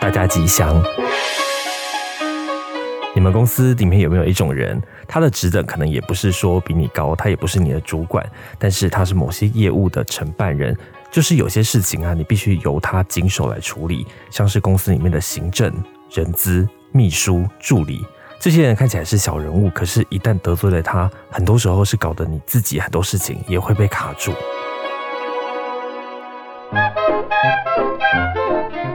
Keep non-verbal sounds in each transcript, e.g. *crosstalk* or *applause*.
大家吉祥。你们公司里面有没有一种人，他的职等可能也不是说比你高，他也不是你的主管，但是他是某些业务的承办人，就是有些事情啊，你必须由他经手来处理，像是公司里面的行政、人资、秘书、助理。这些人看起来是小人物，可是，一旦得罪了他，很多时候是搞得你自己很多事情也会被卡住。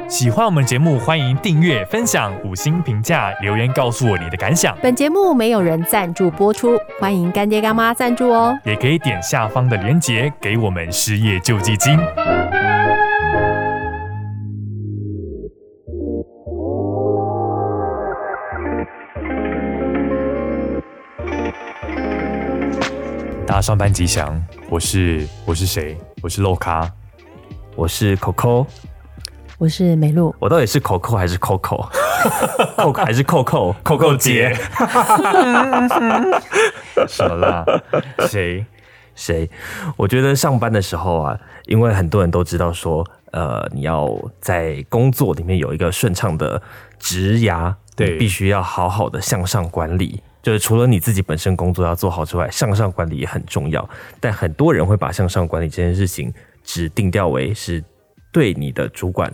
喜欢我们节目，欢迎订阅、分享、五星评价、留言告诉我你的感想，本节目没有人赞助播出，欢迎干爹干妈赞助哦。也可以点下方的链接给我们失业救济金。大家上班吉祥，我是我是谁？我是洛卡，我是 Coco，我是美露，我到底是 Coco *laughs* 还是 Coco？Coco 还是 *laughs* Coco？Coco 姐？ *laughs* 什么啦？谁？谁？我觉得上班的时候啊，因为很多人都知道说，呃，你要在工作里面有一个顺畅的职涯，对你必须要好好的向上管理。就是除了你自己本身工作要做好之外，向上管理也很重要。但很多人会把向上管理这件事情只定调为是对你的主管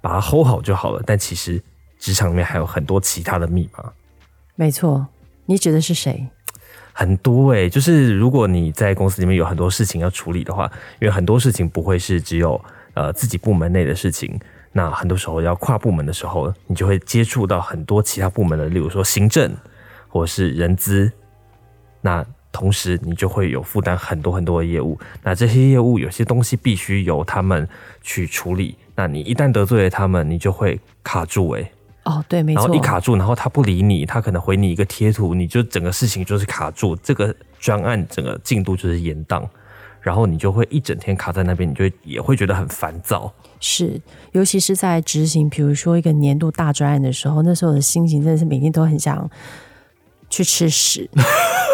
把它 hold 好就好了，但其实职场里面还有很多其他的密码。没错，你指的是谁？很多诶、就是如果你在公司里面有很多事情要处理的话，因为很多事情不会是只有呃自己部门内的事情，那很多时候要跨部门的时候，你就会接触到很多其他部门的，例如说行政或是人资，那同时你就会有负担很多很多的业务，那这些业务有些东西必须由他们去处理，那你一旦得罪了他们，你就会卡住欸诶、哦，对，没然错后一，卡住，然后他不理你，他可能回你一个贴图，你就整个事情就是卡住，这个专案整个进度就是延宕，然后你就会一整天卡在那边，你就会也会觉得很烦躁。是，尤其是在执行，比如说一个年度大专案的时候，那时候的心情真的是每天都很想去吃屎，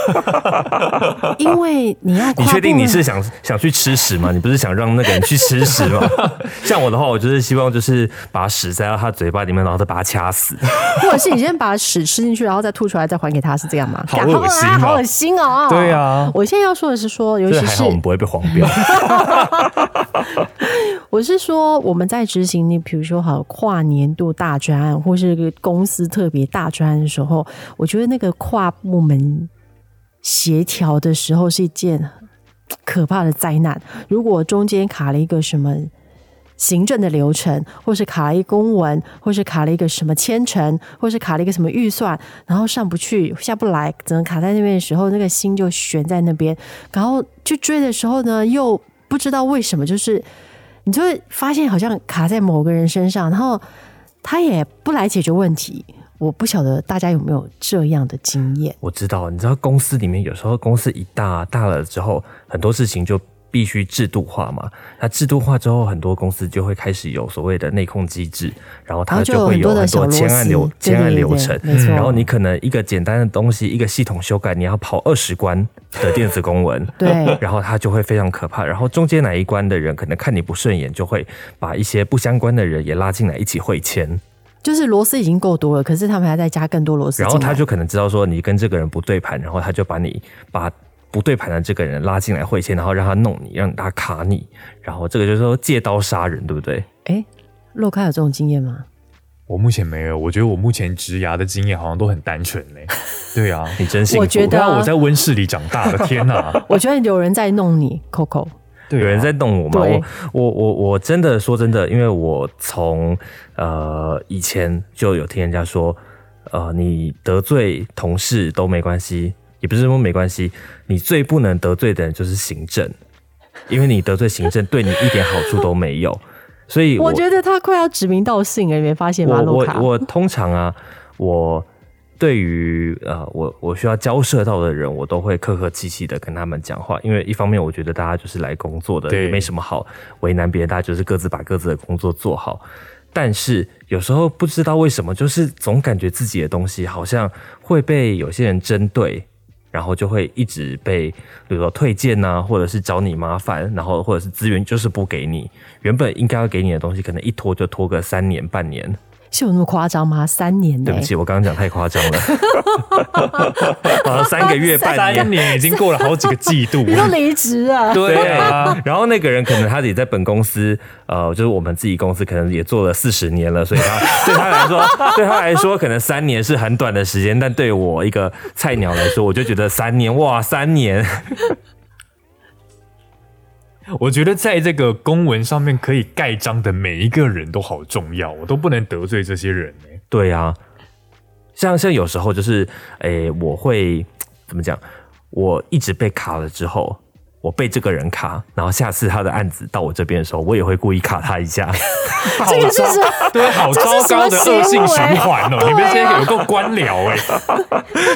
*laughs* 因为你要你跨啊确定部你门是想想去吃屎吗？你不是想让那个人去吃屎吗？ *laughs* 像我的话，我就是希望就是把屎塞到他嘴巴里面，然后再把他掐死。或者是你先把屎吃进去，然后再吐出来，再还给他，是这样吗？好恶心啊哦好恶心哦！对啊我现在要说的是说，尤所以其还是好我们不会被黄标。我是说我们在执行你，比如说好跨年度大专案，或是一个公司特别大专案的时候，我觉得那个跨部门协调的时候是一件可怕的灾难。如果中间卡了一个什么。行政的流程，或是卡了一公文，或是卡了一个什么签程，或是卡了一个什么预算，然后上不去下不来，只能卡在那边的时候，那个心就悬在那边。然后去追的时候呢，又不知道为什么，就是你就会发现好像卡在某个人身上，然后他也不来解决问题。我不晓得大家有没有这样的经验？ *laughs* 我知道，你知道公司里面有时候公司一大大了之后，很多事情就必须制度化嘛。那制度化之后，很多公司就会开始有所谓的内控机制，然后然它后就有会很多有的很小多螺签案流丝对签案对对流对程。没错，然后你可能一个简单的东西，一个系统修改，你要跑二十关的电子公文 *laughs* 对然后它就会非常可怕。然后中间哪一关的人可能看你不顺眼，就会把一些不相关的人也拉进来一起会签。就是螺丝已经够多了，可是他们还在加更多螺丝进然来。后他就可能知道说你跟这个人不对盘，然后他就把你把不对盘的这个人拉进来会签，然后让他弄你，让他卡你，然后这个就是说借刀杀人，对不对？哎，洛开有这种经 *laughs* 验吗？我目前没有，我觉得我目前植牙的经验好像都很单纯 *laughs* 嘞、对啊，你真幸福。我觉得对啊，我在温室里长大的，*laughs* 天哪！我觉得有人在弄你，Coco。对啊有人在弄我吗？对我我我我真的说真的，因为我从呃以前就有听人家说，呃，你得罪同事都没关系，也不是说没关系，你最不能得罪的人就是行政，因为你得罪行政对你一点好处都没有，所以我觉得他快要指名道姓了，你没发现吗？我洛我卡，我通常啊，我对于呃，我我需要交涉到的人，我都会客客气气的跟他们讲话，因为一方面我觉得大家就是来工作的，对也没什么好为难别人，大家就是各自把各自的工作做好。但是有时候不知道为什么，就是总感觉自己的东西好像会被有些人针对，然后就会一直被，比如说推荐呐、或者是找你麻烦，然后或者是资源就是不给你，原本应该要给你的东西，可能一拖就拖个三年半年，是有那么夸张吗？三年呢、对不起，我刚刚讲太夸张 *laughs* 了，好三个月半三年。年已经过了好几个季度，你都离职 *laughs* 啊？对对啊，然后那个人可能他也在本公司，呃，就是我们自己公司，可能也做了四十年了，所以他对他来说， *laughs* 对他来说，可能三年是很短的时间，但对我一个菜鸟来说，我就觉得三年，哇，三年，我觉得在这个公文上面可以盖章的每一个人都好重要，我都不能得罪这些人、欸、对啊，像像有时候就是，诶、我会怎么讲？我一直被卡了之后，我被这个人卡，然后下次他的案子到我这边的时候，我也会故意卡他一下。 *laughs* 这个是不是对，啊好这糟是什糕么的行为恶性循环啊哦、你们这些有够官僚哎、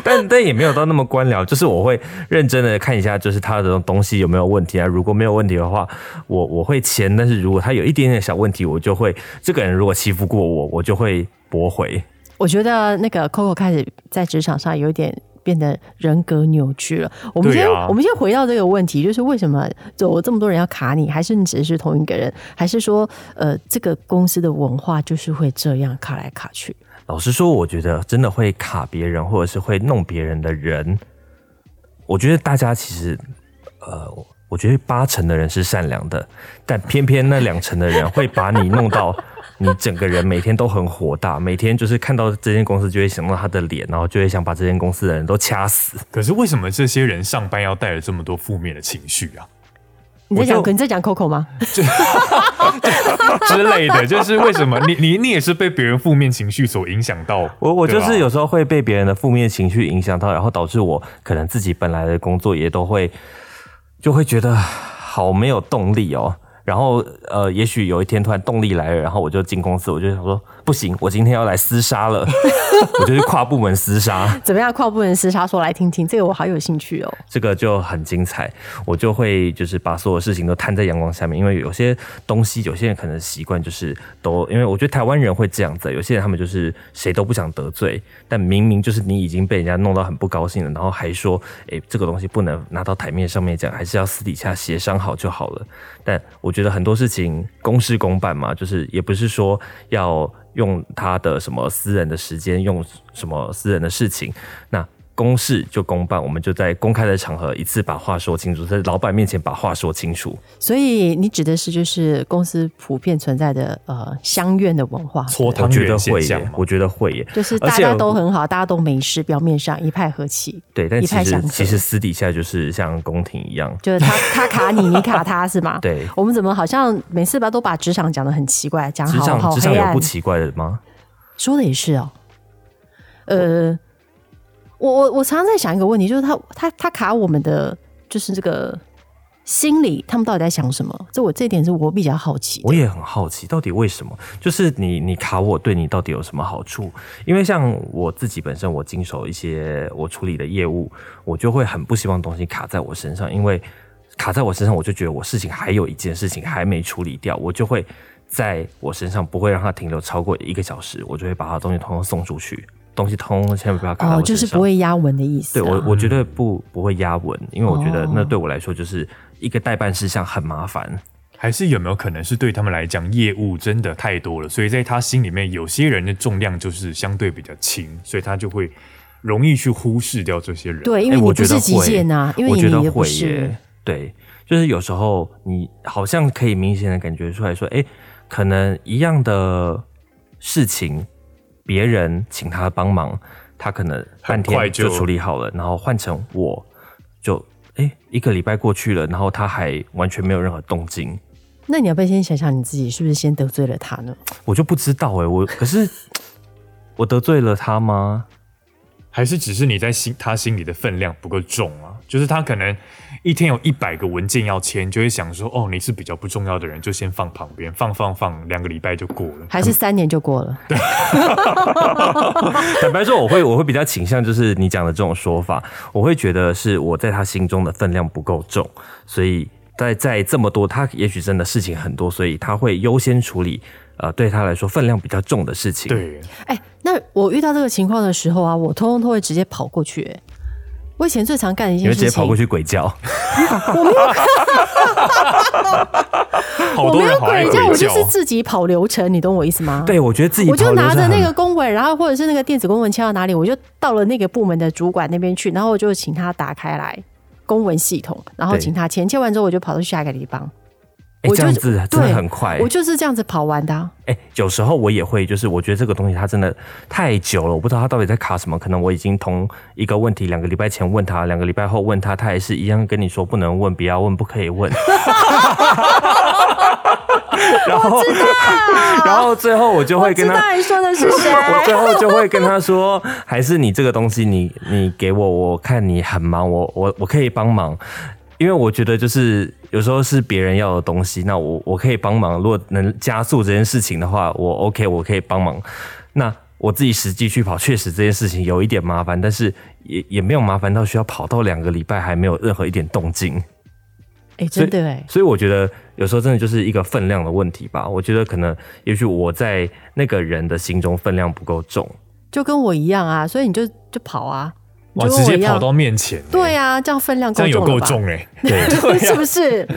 但但也没有到那么官僚，就是我会认真的看一下，就是他的东西有没有问题啊。如果没有问题的话，我我会签；但是如果他有一点点小问题，我就会这个人如果欺负过我，我就会驳回。我觉得那个 Coco 开始在职场上有一点变得人格扭曲了。我们对先、啊我们先回到这个问题，就是为什么有这么多人要卡你？还是你只是同一个人？还是说，呃，这个公司的文化就是会这样卡来卡去？老实说，我觉得真的会卡别人，或者是会弄别人的人，我觉得大家其实，呃，我觉得八成的人是善良的，但偏偏那两成的人会把你弄到你整个人每天都很火大，每天就是看到这间公司就会想到他的脸，然后就会想把这间公司的人都掐死。可是为什么这些人上班要带着这么多负面的情绪啊你在我讲就你在讲 *laughs* Coco 吗？之类 *laughs* 的？就是为什么你你你也是被别人负面情绪所影响到？我我就是对吧有时候会被别人的负面情绪影响到，然后导致我可能自己本来的工作也都会就会觉得好没有动力哦。然后呃，也许有一天突然动力来了，然后我就进公司，我就想说不行，我今天要来厮杀了， *laughs* 我就去跨部门厮杀。怎么样？跨部门厮杀说来听听，这个我好有兴趣哦。这个就很精彩。我就会就是把所有事情都摊在阳光下面，因为有些东西，有些人可能习惯就是都，因为我觉得台湾人会这样子，有些人他们就是谁都不想得罪，但明明就是你已经被人家弄到很不高兴了，然后还说，诶、这个东西不能拿到台面上面讲，还是要私底下协商好就好了。但我觉得很多事情公事公办嘛，就是也不是说要。用他的什么私人的时间，用什么私人的事情，那公事就公办，我们就在公开的场合一次把话说清楚，在老板面前把话说清楚。所以你指的是就是公司普遍存在的呃相怨的文化，搓我汤觉圆得现会象耶嘛，我觉得会耶。就是而大且家都很好，大家都没事，表面上一派和气，对，但一其派祥实和。其实私底下就是像宫廷一样，就是 *laughs* 他他卡你，你卡他是吗？对我们怎么好像每次吧都把职场讲的很奇怪，讲职好场好职场黑有暗不，奇怪的吗？说的也是哦。呃，我我我常常在想一个问题，就是他他他卡我们的就是这个心理，他们到底在想什么？这我这一点是我比较好奇的。我也很好奇，到底为什么？就是你你卡我对你到底有什么好处？因为像我自己本身，我经手一些我处理的业务，我就会很不希望东西卡在我身上，因为卡在我身上，我就觉得我事情还有一件事情还没处理掉，我就会在我身上不会让它停留超过一个小时，我就会把它东西通通送出去，东西通通千万不要卡在我身上。哦，就是不会压文的意思、对啊。我，我绝对不不会压稳，因为我觉得哦那对我来说就是一个代办事项，很麻烦。还是有没有可能是对他们来讲，业务真的太多了，所以在他心里面，有些人的重量就是相对比较轻，所以他就会容易去忽视掉这些人。对，因哎为你我不觉是得极会限呐、因为我你觉得也不会是耶。，对，就是有时候你好像可以明显的感觉出来说，哎、可能一样的事情，别人请他帮忙，他可能半很快天就就处理好了，然后换成我就，哎、一个礼拜过去了，然后他还完全没有任何动静，那你要不要先想想你自己是不是先得罪了他呢？我就不知道哎、我可是我得罪了他吗？还是只是你在心他心里的分量不够重啊？就是他可能一天有一百个文件要签，就会想说，哦，你是比较不重要的人，就先放旁边，放放放，两个礼拜就过了。还嗯是三年就过了？坦白说，我会我会比较倾向就是你讲的这种说法，我会觉得是我在他心中的分量不够重，所以在在这么多，他也许真的事情很多，所以他会优先处理呃对他来说分量比较重的事情。，对，哎、那我遇到这个情况的时候啊，我通通都会直接跑过去、哎我以前最常干的一你件会事直情，嗯接跑过去鬼叫，好我多没人有好爱鬼鬼叫，我就叫是自己跑流程，你懂我意思啊吗？。对我觉得自己我就跑流拿程啊着那很个公文，然后或者是那个电子公文签到哪里，我就到了那个部门的主管那边去，然后我就请他打开来公文系统，然后对请他签，签完之后我就跑到下一个地方，哎我这就样子真的对很快、我就是这样子跑完的啊、哎、有时候我也会，就是我觉得这个东西它真的太久了，我不知道它到底在卡什么。可能我已经同一个问题两个礼拜前问他，两个礼拜后问他，他还是一样跟你说不能问、不要问、不可以问。 *laughs* 然后，然后最后我就会跟知他，道你说的是 *laughs* 谁？我最后就会跟他说，还是你这个东西你，你给我，我看你很忙，我我我可以帮忙，因为我觉得就是有时候是别人要的东西，那我我可以帮忙，如果能加速这件事情的话，我 OK，我可以帮忙。那我自己实际去跑，确实这件事情有一点麻烦，但是也也没有麻烦到需要跑到两个礼拜还没有任何一点动静。哎、真的哎、所以我觉得有时候真的就是一个分量的问题吧。我觉得可能也许我在那个人的心中分量不够重，就跟我一样啊，所以你就就跑啊，你哇，就直跟我接一样跑，到面前，欸对，啊，这样分量这够样有重够了吧？重哎，对。 *laughs* 是不是？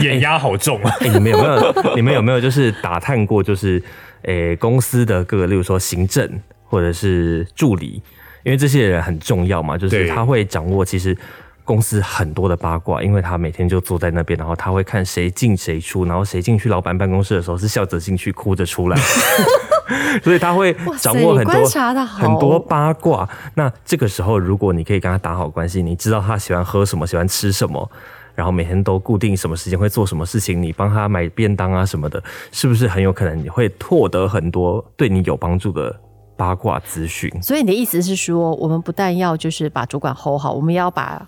眼压好重啊，哎、你们有没有？你们有没有就是打探过，就是诶、公司的各个，例如说行政或者是助理，因为这些人很重要嘛，就是对他会掌握其实公司很多的八卦，因为他每天就坐在那边，然后他会看谁进谁出，然后谁进去老板办公室的时候是笑着进去，哭着出来。所以他会哇塞掌握很你多观察得好很多八卦。那这个时候，如果你可以跟他打好关系，你知道他喜欢喝什么，喜欢吃什么，然后每天都固定什么时间会做什么事情，你帮他买便当啊什么的，是不是很有可能你会获得很多对你有帮助的八卦资讯？所以你的意思是说，我们不但要就是把主管 hold 好，我们也要把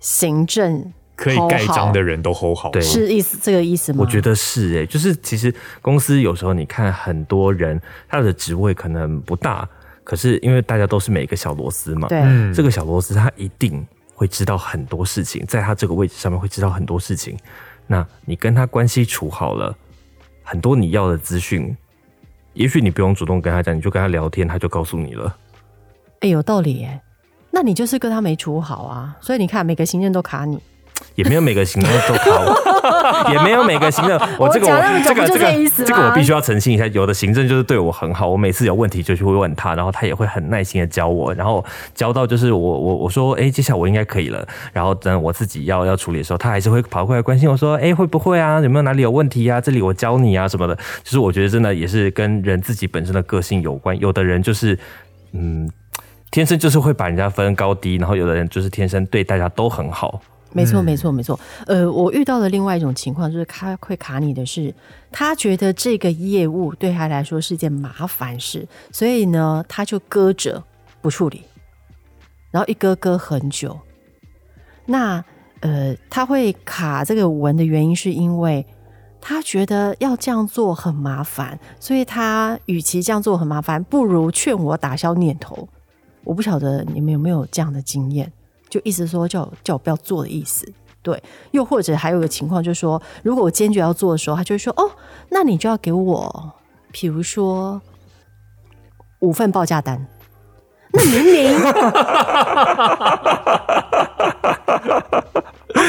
行政可以 hold 盖章好的人都吼好，对是意思这个意思吗？我觉得是诶、就是其实公司有时候你看很多人他的职位可能不大，可是因为大家都是每个小螺丝嘛，对，嗯，这个小螺丝他一定会知道很多事情，在他这个位置上面会知道很多事情。那你跟他关系处好了，很多你要的资讯，也许你不用主动跟他讲，你就跟他聊天，他就告诉你了。哎、有道理耶。那你就是跟他没处好啊，所以你看每个行政都卡你。也没有每个行动都考 *laughs* 我，也没有每个行政，我这个我讲那么久这个不就这这意个思吗这个我必须要澄清一下，有的行政就是对我很好，我每次有问题就去问他，然后他也会很耐心的教我，然后教到就是我我我说哎、接下来我应该可以了，然后等我自己要要处理的时候，他还是会跑过来关心我说哎、会不会啊，有没有哪里有问题啊，这里我教你啊什么的，就是我觉得真的也是跟人自己本身的个性有关，有的人就是嗯。天生就是会把人家分高低，然后有的人就是天生对大家都很好，没错，没错，没错。呃，我遇到的另外一种情况就是，他会卡你的是，他觉得这个业务对他来说是件麻烦事，所以呢，他就搁着不处理，然后一搁搁很久。那呃，他会卡这个文的原因是因为。他觉得要这样做很麻烦，所以他与其这样做很麻烦，不如劝我打消念头。我不晓得你们有没有这样的经验，就意思说叫我叫我不要做的意思。对，又或者还有一个情况就是说，如果我坚决要做的时候，他就会说：“哦，那你就要给我，比如说五份报价单。”那明 *laughs* 明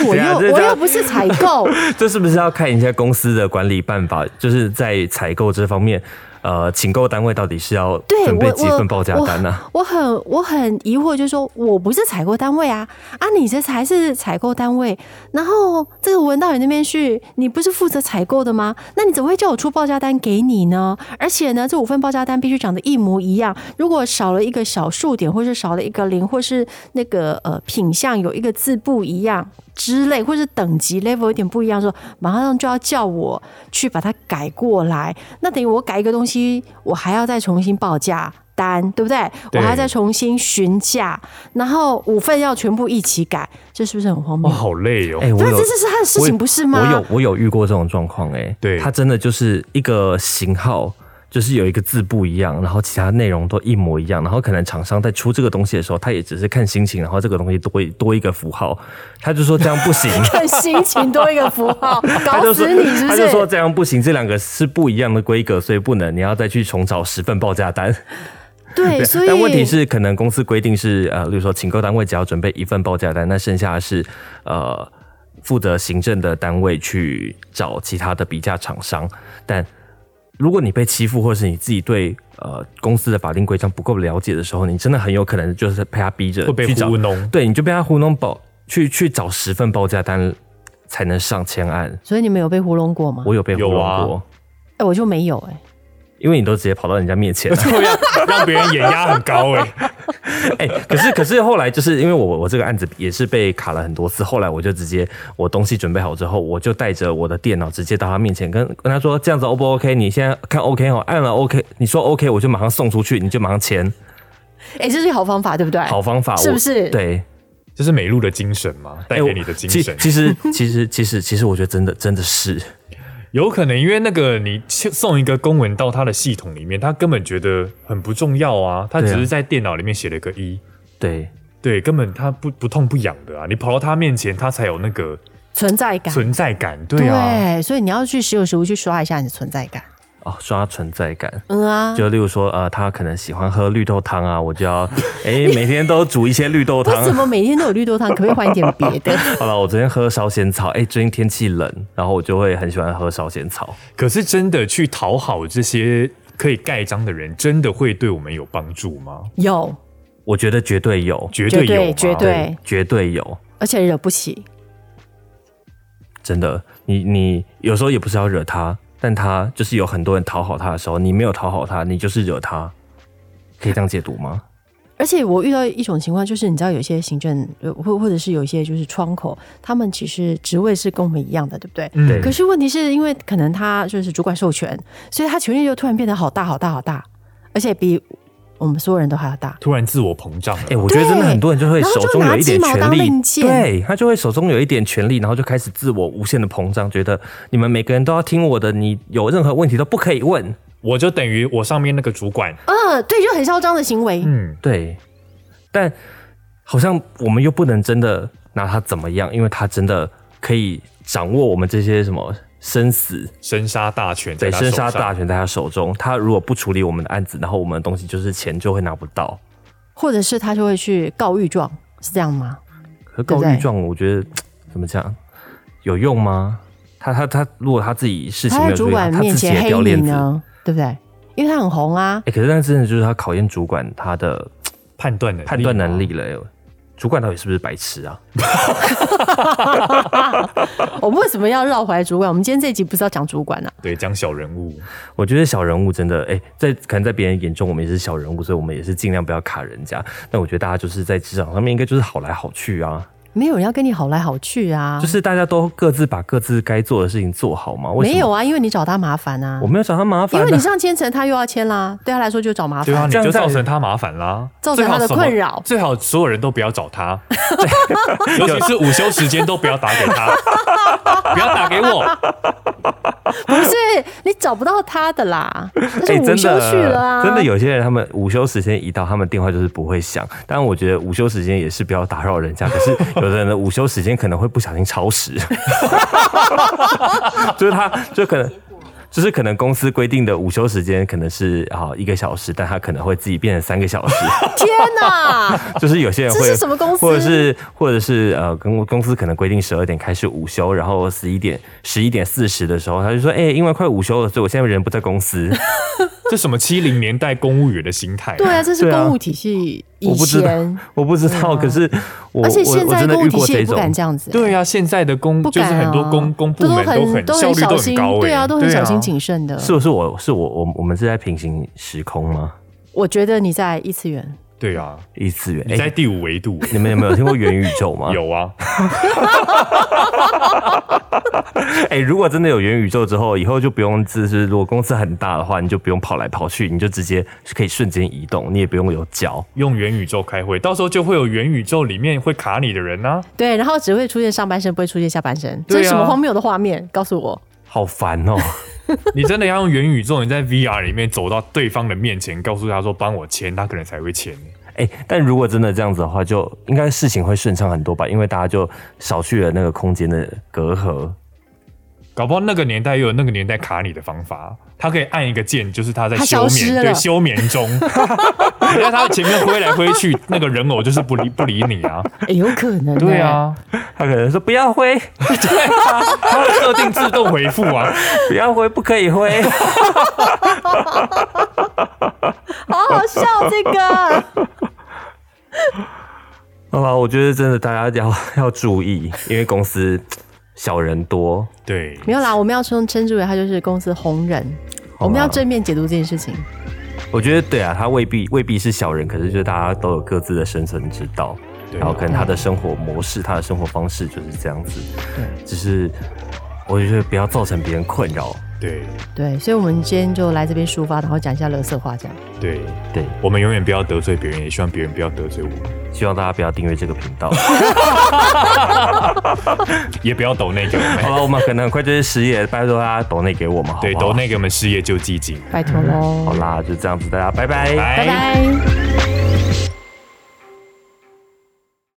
我等一 *laughs* 下这又我叫又不是采购，这是不是要看一下公司的管理办法？就是在采购这方面，呃，请购单位到底是要对准备我几份报价单啊呢、我我很我很疑惑，就是说我不是采购单位啊，啊，你这才是采购单位，然后这个文到你那边去，你不是负责采购的吗？那你怎么会叫我出报价单给你呢？而且呢，这五份报价单必须长得一模一样，如果少了一个小数点，或是少了一个零，或是那个呃品相有一个字不一样之类，或是等级 level 有点不一样的时候，马上就要叫我去把它改过来。那等于我改一个东西，我还要再重新报价单，对不对？对我还要再重新询价，然后五份要全部一起改，这是不是很荒哇，谬？好累哦哎、，我那有这是是他的事我情，有不是吗？我 *laughs* 有我有遇过这种状况，哎，对它真的就是一个型号。就是有一个字不一样，然后其他内容都一模一样，然后可能厂商在出这个东西的时候，他也只是看心情，然后这个东西多一多一个符号， *laughs* 他就说这样不 *laughs* 行，看心情多一个符号， *laughs* 他搞就说死你是不他是就？说这样不行，这两个是不一样的规格，所以不能，你要再去重找十份报价单。对，所以但问题是，可能公司规定是呃，例如说请购单位只要准备一份报价单，那剩下是呃负责行政的单位去找其他的比价厂商。但如果你被欺负，或者是你自己对呃公司的法定规章不够了解的时候，你真的很有可能就是被他逼着会被去找糊，弄。对，你就被他糊弄报去去找十份报价单才能上千案。所以你们有被糊弄过吗？我有被糊弄有啊过，哎、我就没有哎、因为你都直接跑到人家面前了。*laughs* 对呀，让别人眼压很高哎、 *laughs* 哎、可是可是后来就是因为我我这个案子也是被卡了很多次，后来我就直接我东西准备好之后，我就带着我的电脑直接到他面前跟跟他说这样子 O 不 OK？你现在看 OK 哦，按了 OK，你说 OK 我就马上送出去，你就马上签，哎、这是好方法，对不对？好方法是不是我对，这是美露的精神嘛，带哎我给你的精神。其其实其实其实其实我觉得真的真的是有可能因为那个你送一个公文到他的系统里面，他根本觉得很不重要啊，他只对啊是在电脑里面写了个一、对对，根本他不不痛不痒的啊，你跑到他面前，他才有那个存在感。存在感，对啊，对所以你要去时有时无去刷一下你的存在感。哦，刷存在感。嗯啊，就例如说，呃，他可能喜欢喝绿豆汤啊，我就要， *laughs* 哎、每天都煮一些绿豆汤为。什么每天都有绿豆汤？可不可以换一 *laughs* 点别的？好了，我昨天喝烧仙草，哎、最近天气冷，然后我就会很喜欢喝烧仙草。可是真的去讨好这些可以盖章的人，真的会对我们有帮助吗？有，我觉得绝对有，绝对有嘛，绝对绝对有，而且惹不起。真的。你你有时候也不是要惹他，但他就是有很多人讨好他的时候，你没有讨好他，你就是惹他，可以这样解读吗？而且我遇到一种情况，就是你知道，有些行政呃或或者是有一些就是窗口，他们其实职位是跟我们一样的，对不对？嗯对可是问题是因为可能他就是主管授权，所以他权力就突然变得好大好大好大，而且比我们所有人都还要大。突然自我膨胀了哎、。我觉得真的很多人就会然后手就中有一点拿鸡毛权当力令，箭对他就会手中有一点权力，然后就开始自我无限的膨胀，觉得你们每个人都要听我的，你有任何问题都不可以问。我就等于我上面那个主管，嗯，对，就很嚣张的行为。嗯，对，但好像我们又不能真的拿他怎么样，因为他真的可以掌握我们这些什么生死，生杀大权对，在他手生上杀大权在他手中。他如果不处理我们的案子，然后我们的东西就是钱就会拿不到。或者是他就会去告御状，是这样吗？可是告对不御对状，我觉得怎么讲有用吗？他他他，如果他自己事情他没在有主处理好，管他面自己前也黑掉链你子。哎、呢，对不对？因为他很红啊，可是那真的就是他考验主管他的判断能力判断嘛能力了、哎主管到底是不是白痴啊？我们为什么要绕回来主管？我们今天这一集不是要讲主管啊？对，讲小人物，我觉得小人物真的，哎、在可能在别人眼中我们也是小人物，所以我们也是尽量不要卡人家。但我觉得大家就是在职场上面应该就是好来好去啊，没有人要跟你好来好去啊，就是大家都各自把各自该做的事情做好嘛。为什么没有，啊，因为你找他麻烦啊我，没有找他麻烦、因啊，为你上千层，他又要签啦，对他来说就找麻对啊，烦你。这样就在造成他麻烦啦，造成他最的好什么困扰最好所有人都不要找 *laughs* 他，尤其是午休时间都不要打给 *laughs* 他，不要打给我，不是你找不到他的 *laughs* 啦，那哎是午真休的去了啊，真的有些人他们午休时间一到，他们电话就是不会响。当然，我觉得午休时间也是不要打扰人家。可是有的人的午休时间可能会不小心超时， *laughs* 就是他就可能。就是可能公司规定的午休时间可能是啊一个小时，但他可能会自己变成三个小时。 *laughs* 天哪！就是有些人会这是什么公司或者是或者是呃，公公司可能规定十二点开始午休，然后十一点十一点四十的时候，他就说：“哎、因为快午休了，所以我现在人不在公司。”这什么七零年代公务员的心态、对啊，，这是对啊公务体系以我不知道前，啊我不知道，可是我而且我现我在真的公务遇体过系也这不种，敢这样子。对啊，现在的公、不就是敢啊很多公公部门都很都效率小都心，很高、欸，对啊，都很小心谨啊慎的。是不是我是我我我们是在平行时空吗？我觉得你在异次元，对啊，异次元？你哎、在第五维度、你们有没有听过元宇宙吗？。 *laughs* 有啊，哎、如果真的有元宇宙之后，以后就不用就是，如果公司很大的话，你就不用跑来跑去，你就直接可以瞬间移动，你也不用有脚。用元宇宙开会，到时候就会有元宇宙里面会卡你的人啊，对，然后只会出现上半身，不会出现下半身，这对啊是什么荒谬的画面？告诉我，好烦哦、 *laughs* 你真的要用元宇宙，你在 VR 里面走到对方的面前，告诉他说帮我签，他可能才会签。哎、但如果真的这样子的话，就应该事情会顺畅很多吧，因为大家就少去了那个空间的隔阂。搞不好那个年代又有那个年代卡你的方法，他可以按一个键，就是他在他休消失眠，了对，休眠 *laughs* 中，因为他前面挥来挥去，那个人偶就是不理不理你啊，哎有可能、对，啊，他可能说不要挥， *laughs* 对啊，他会设定自动回复 *laughs* 啊，不要挥，不可以挥。好好笑这个。好吧，我觉得真的大家要 *laughs* 要注意，因为公司小人多，对， *laughs* 没有啦，我们要称称之为他就是公司红人，我们要正面解读这件事情。我觉得对啊，他未必未必是小人，可是就是大家都有各自的生存之道，对然后可能他的生活模式、他的生活方式就是这样子，对只是我觉得不要造成别人困扰，对对，所以我们今天就来这边抒发，然后讲一下乐色话，这样。对，对，我们永远不要得罪别人，也希望别人不要得罪我们，希望大家不要订阅这个频 *laughs* 道。也不要抖那个我 *laughs* 好啊们，了，我们可能很快就是失业，拜托大家抖内给我们，好不好对，抖那个我们事业救济金，嗯拜托喽好，啦，就这样子，大家拜拜拜拜拜。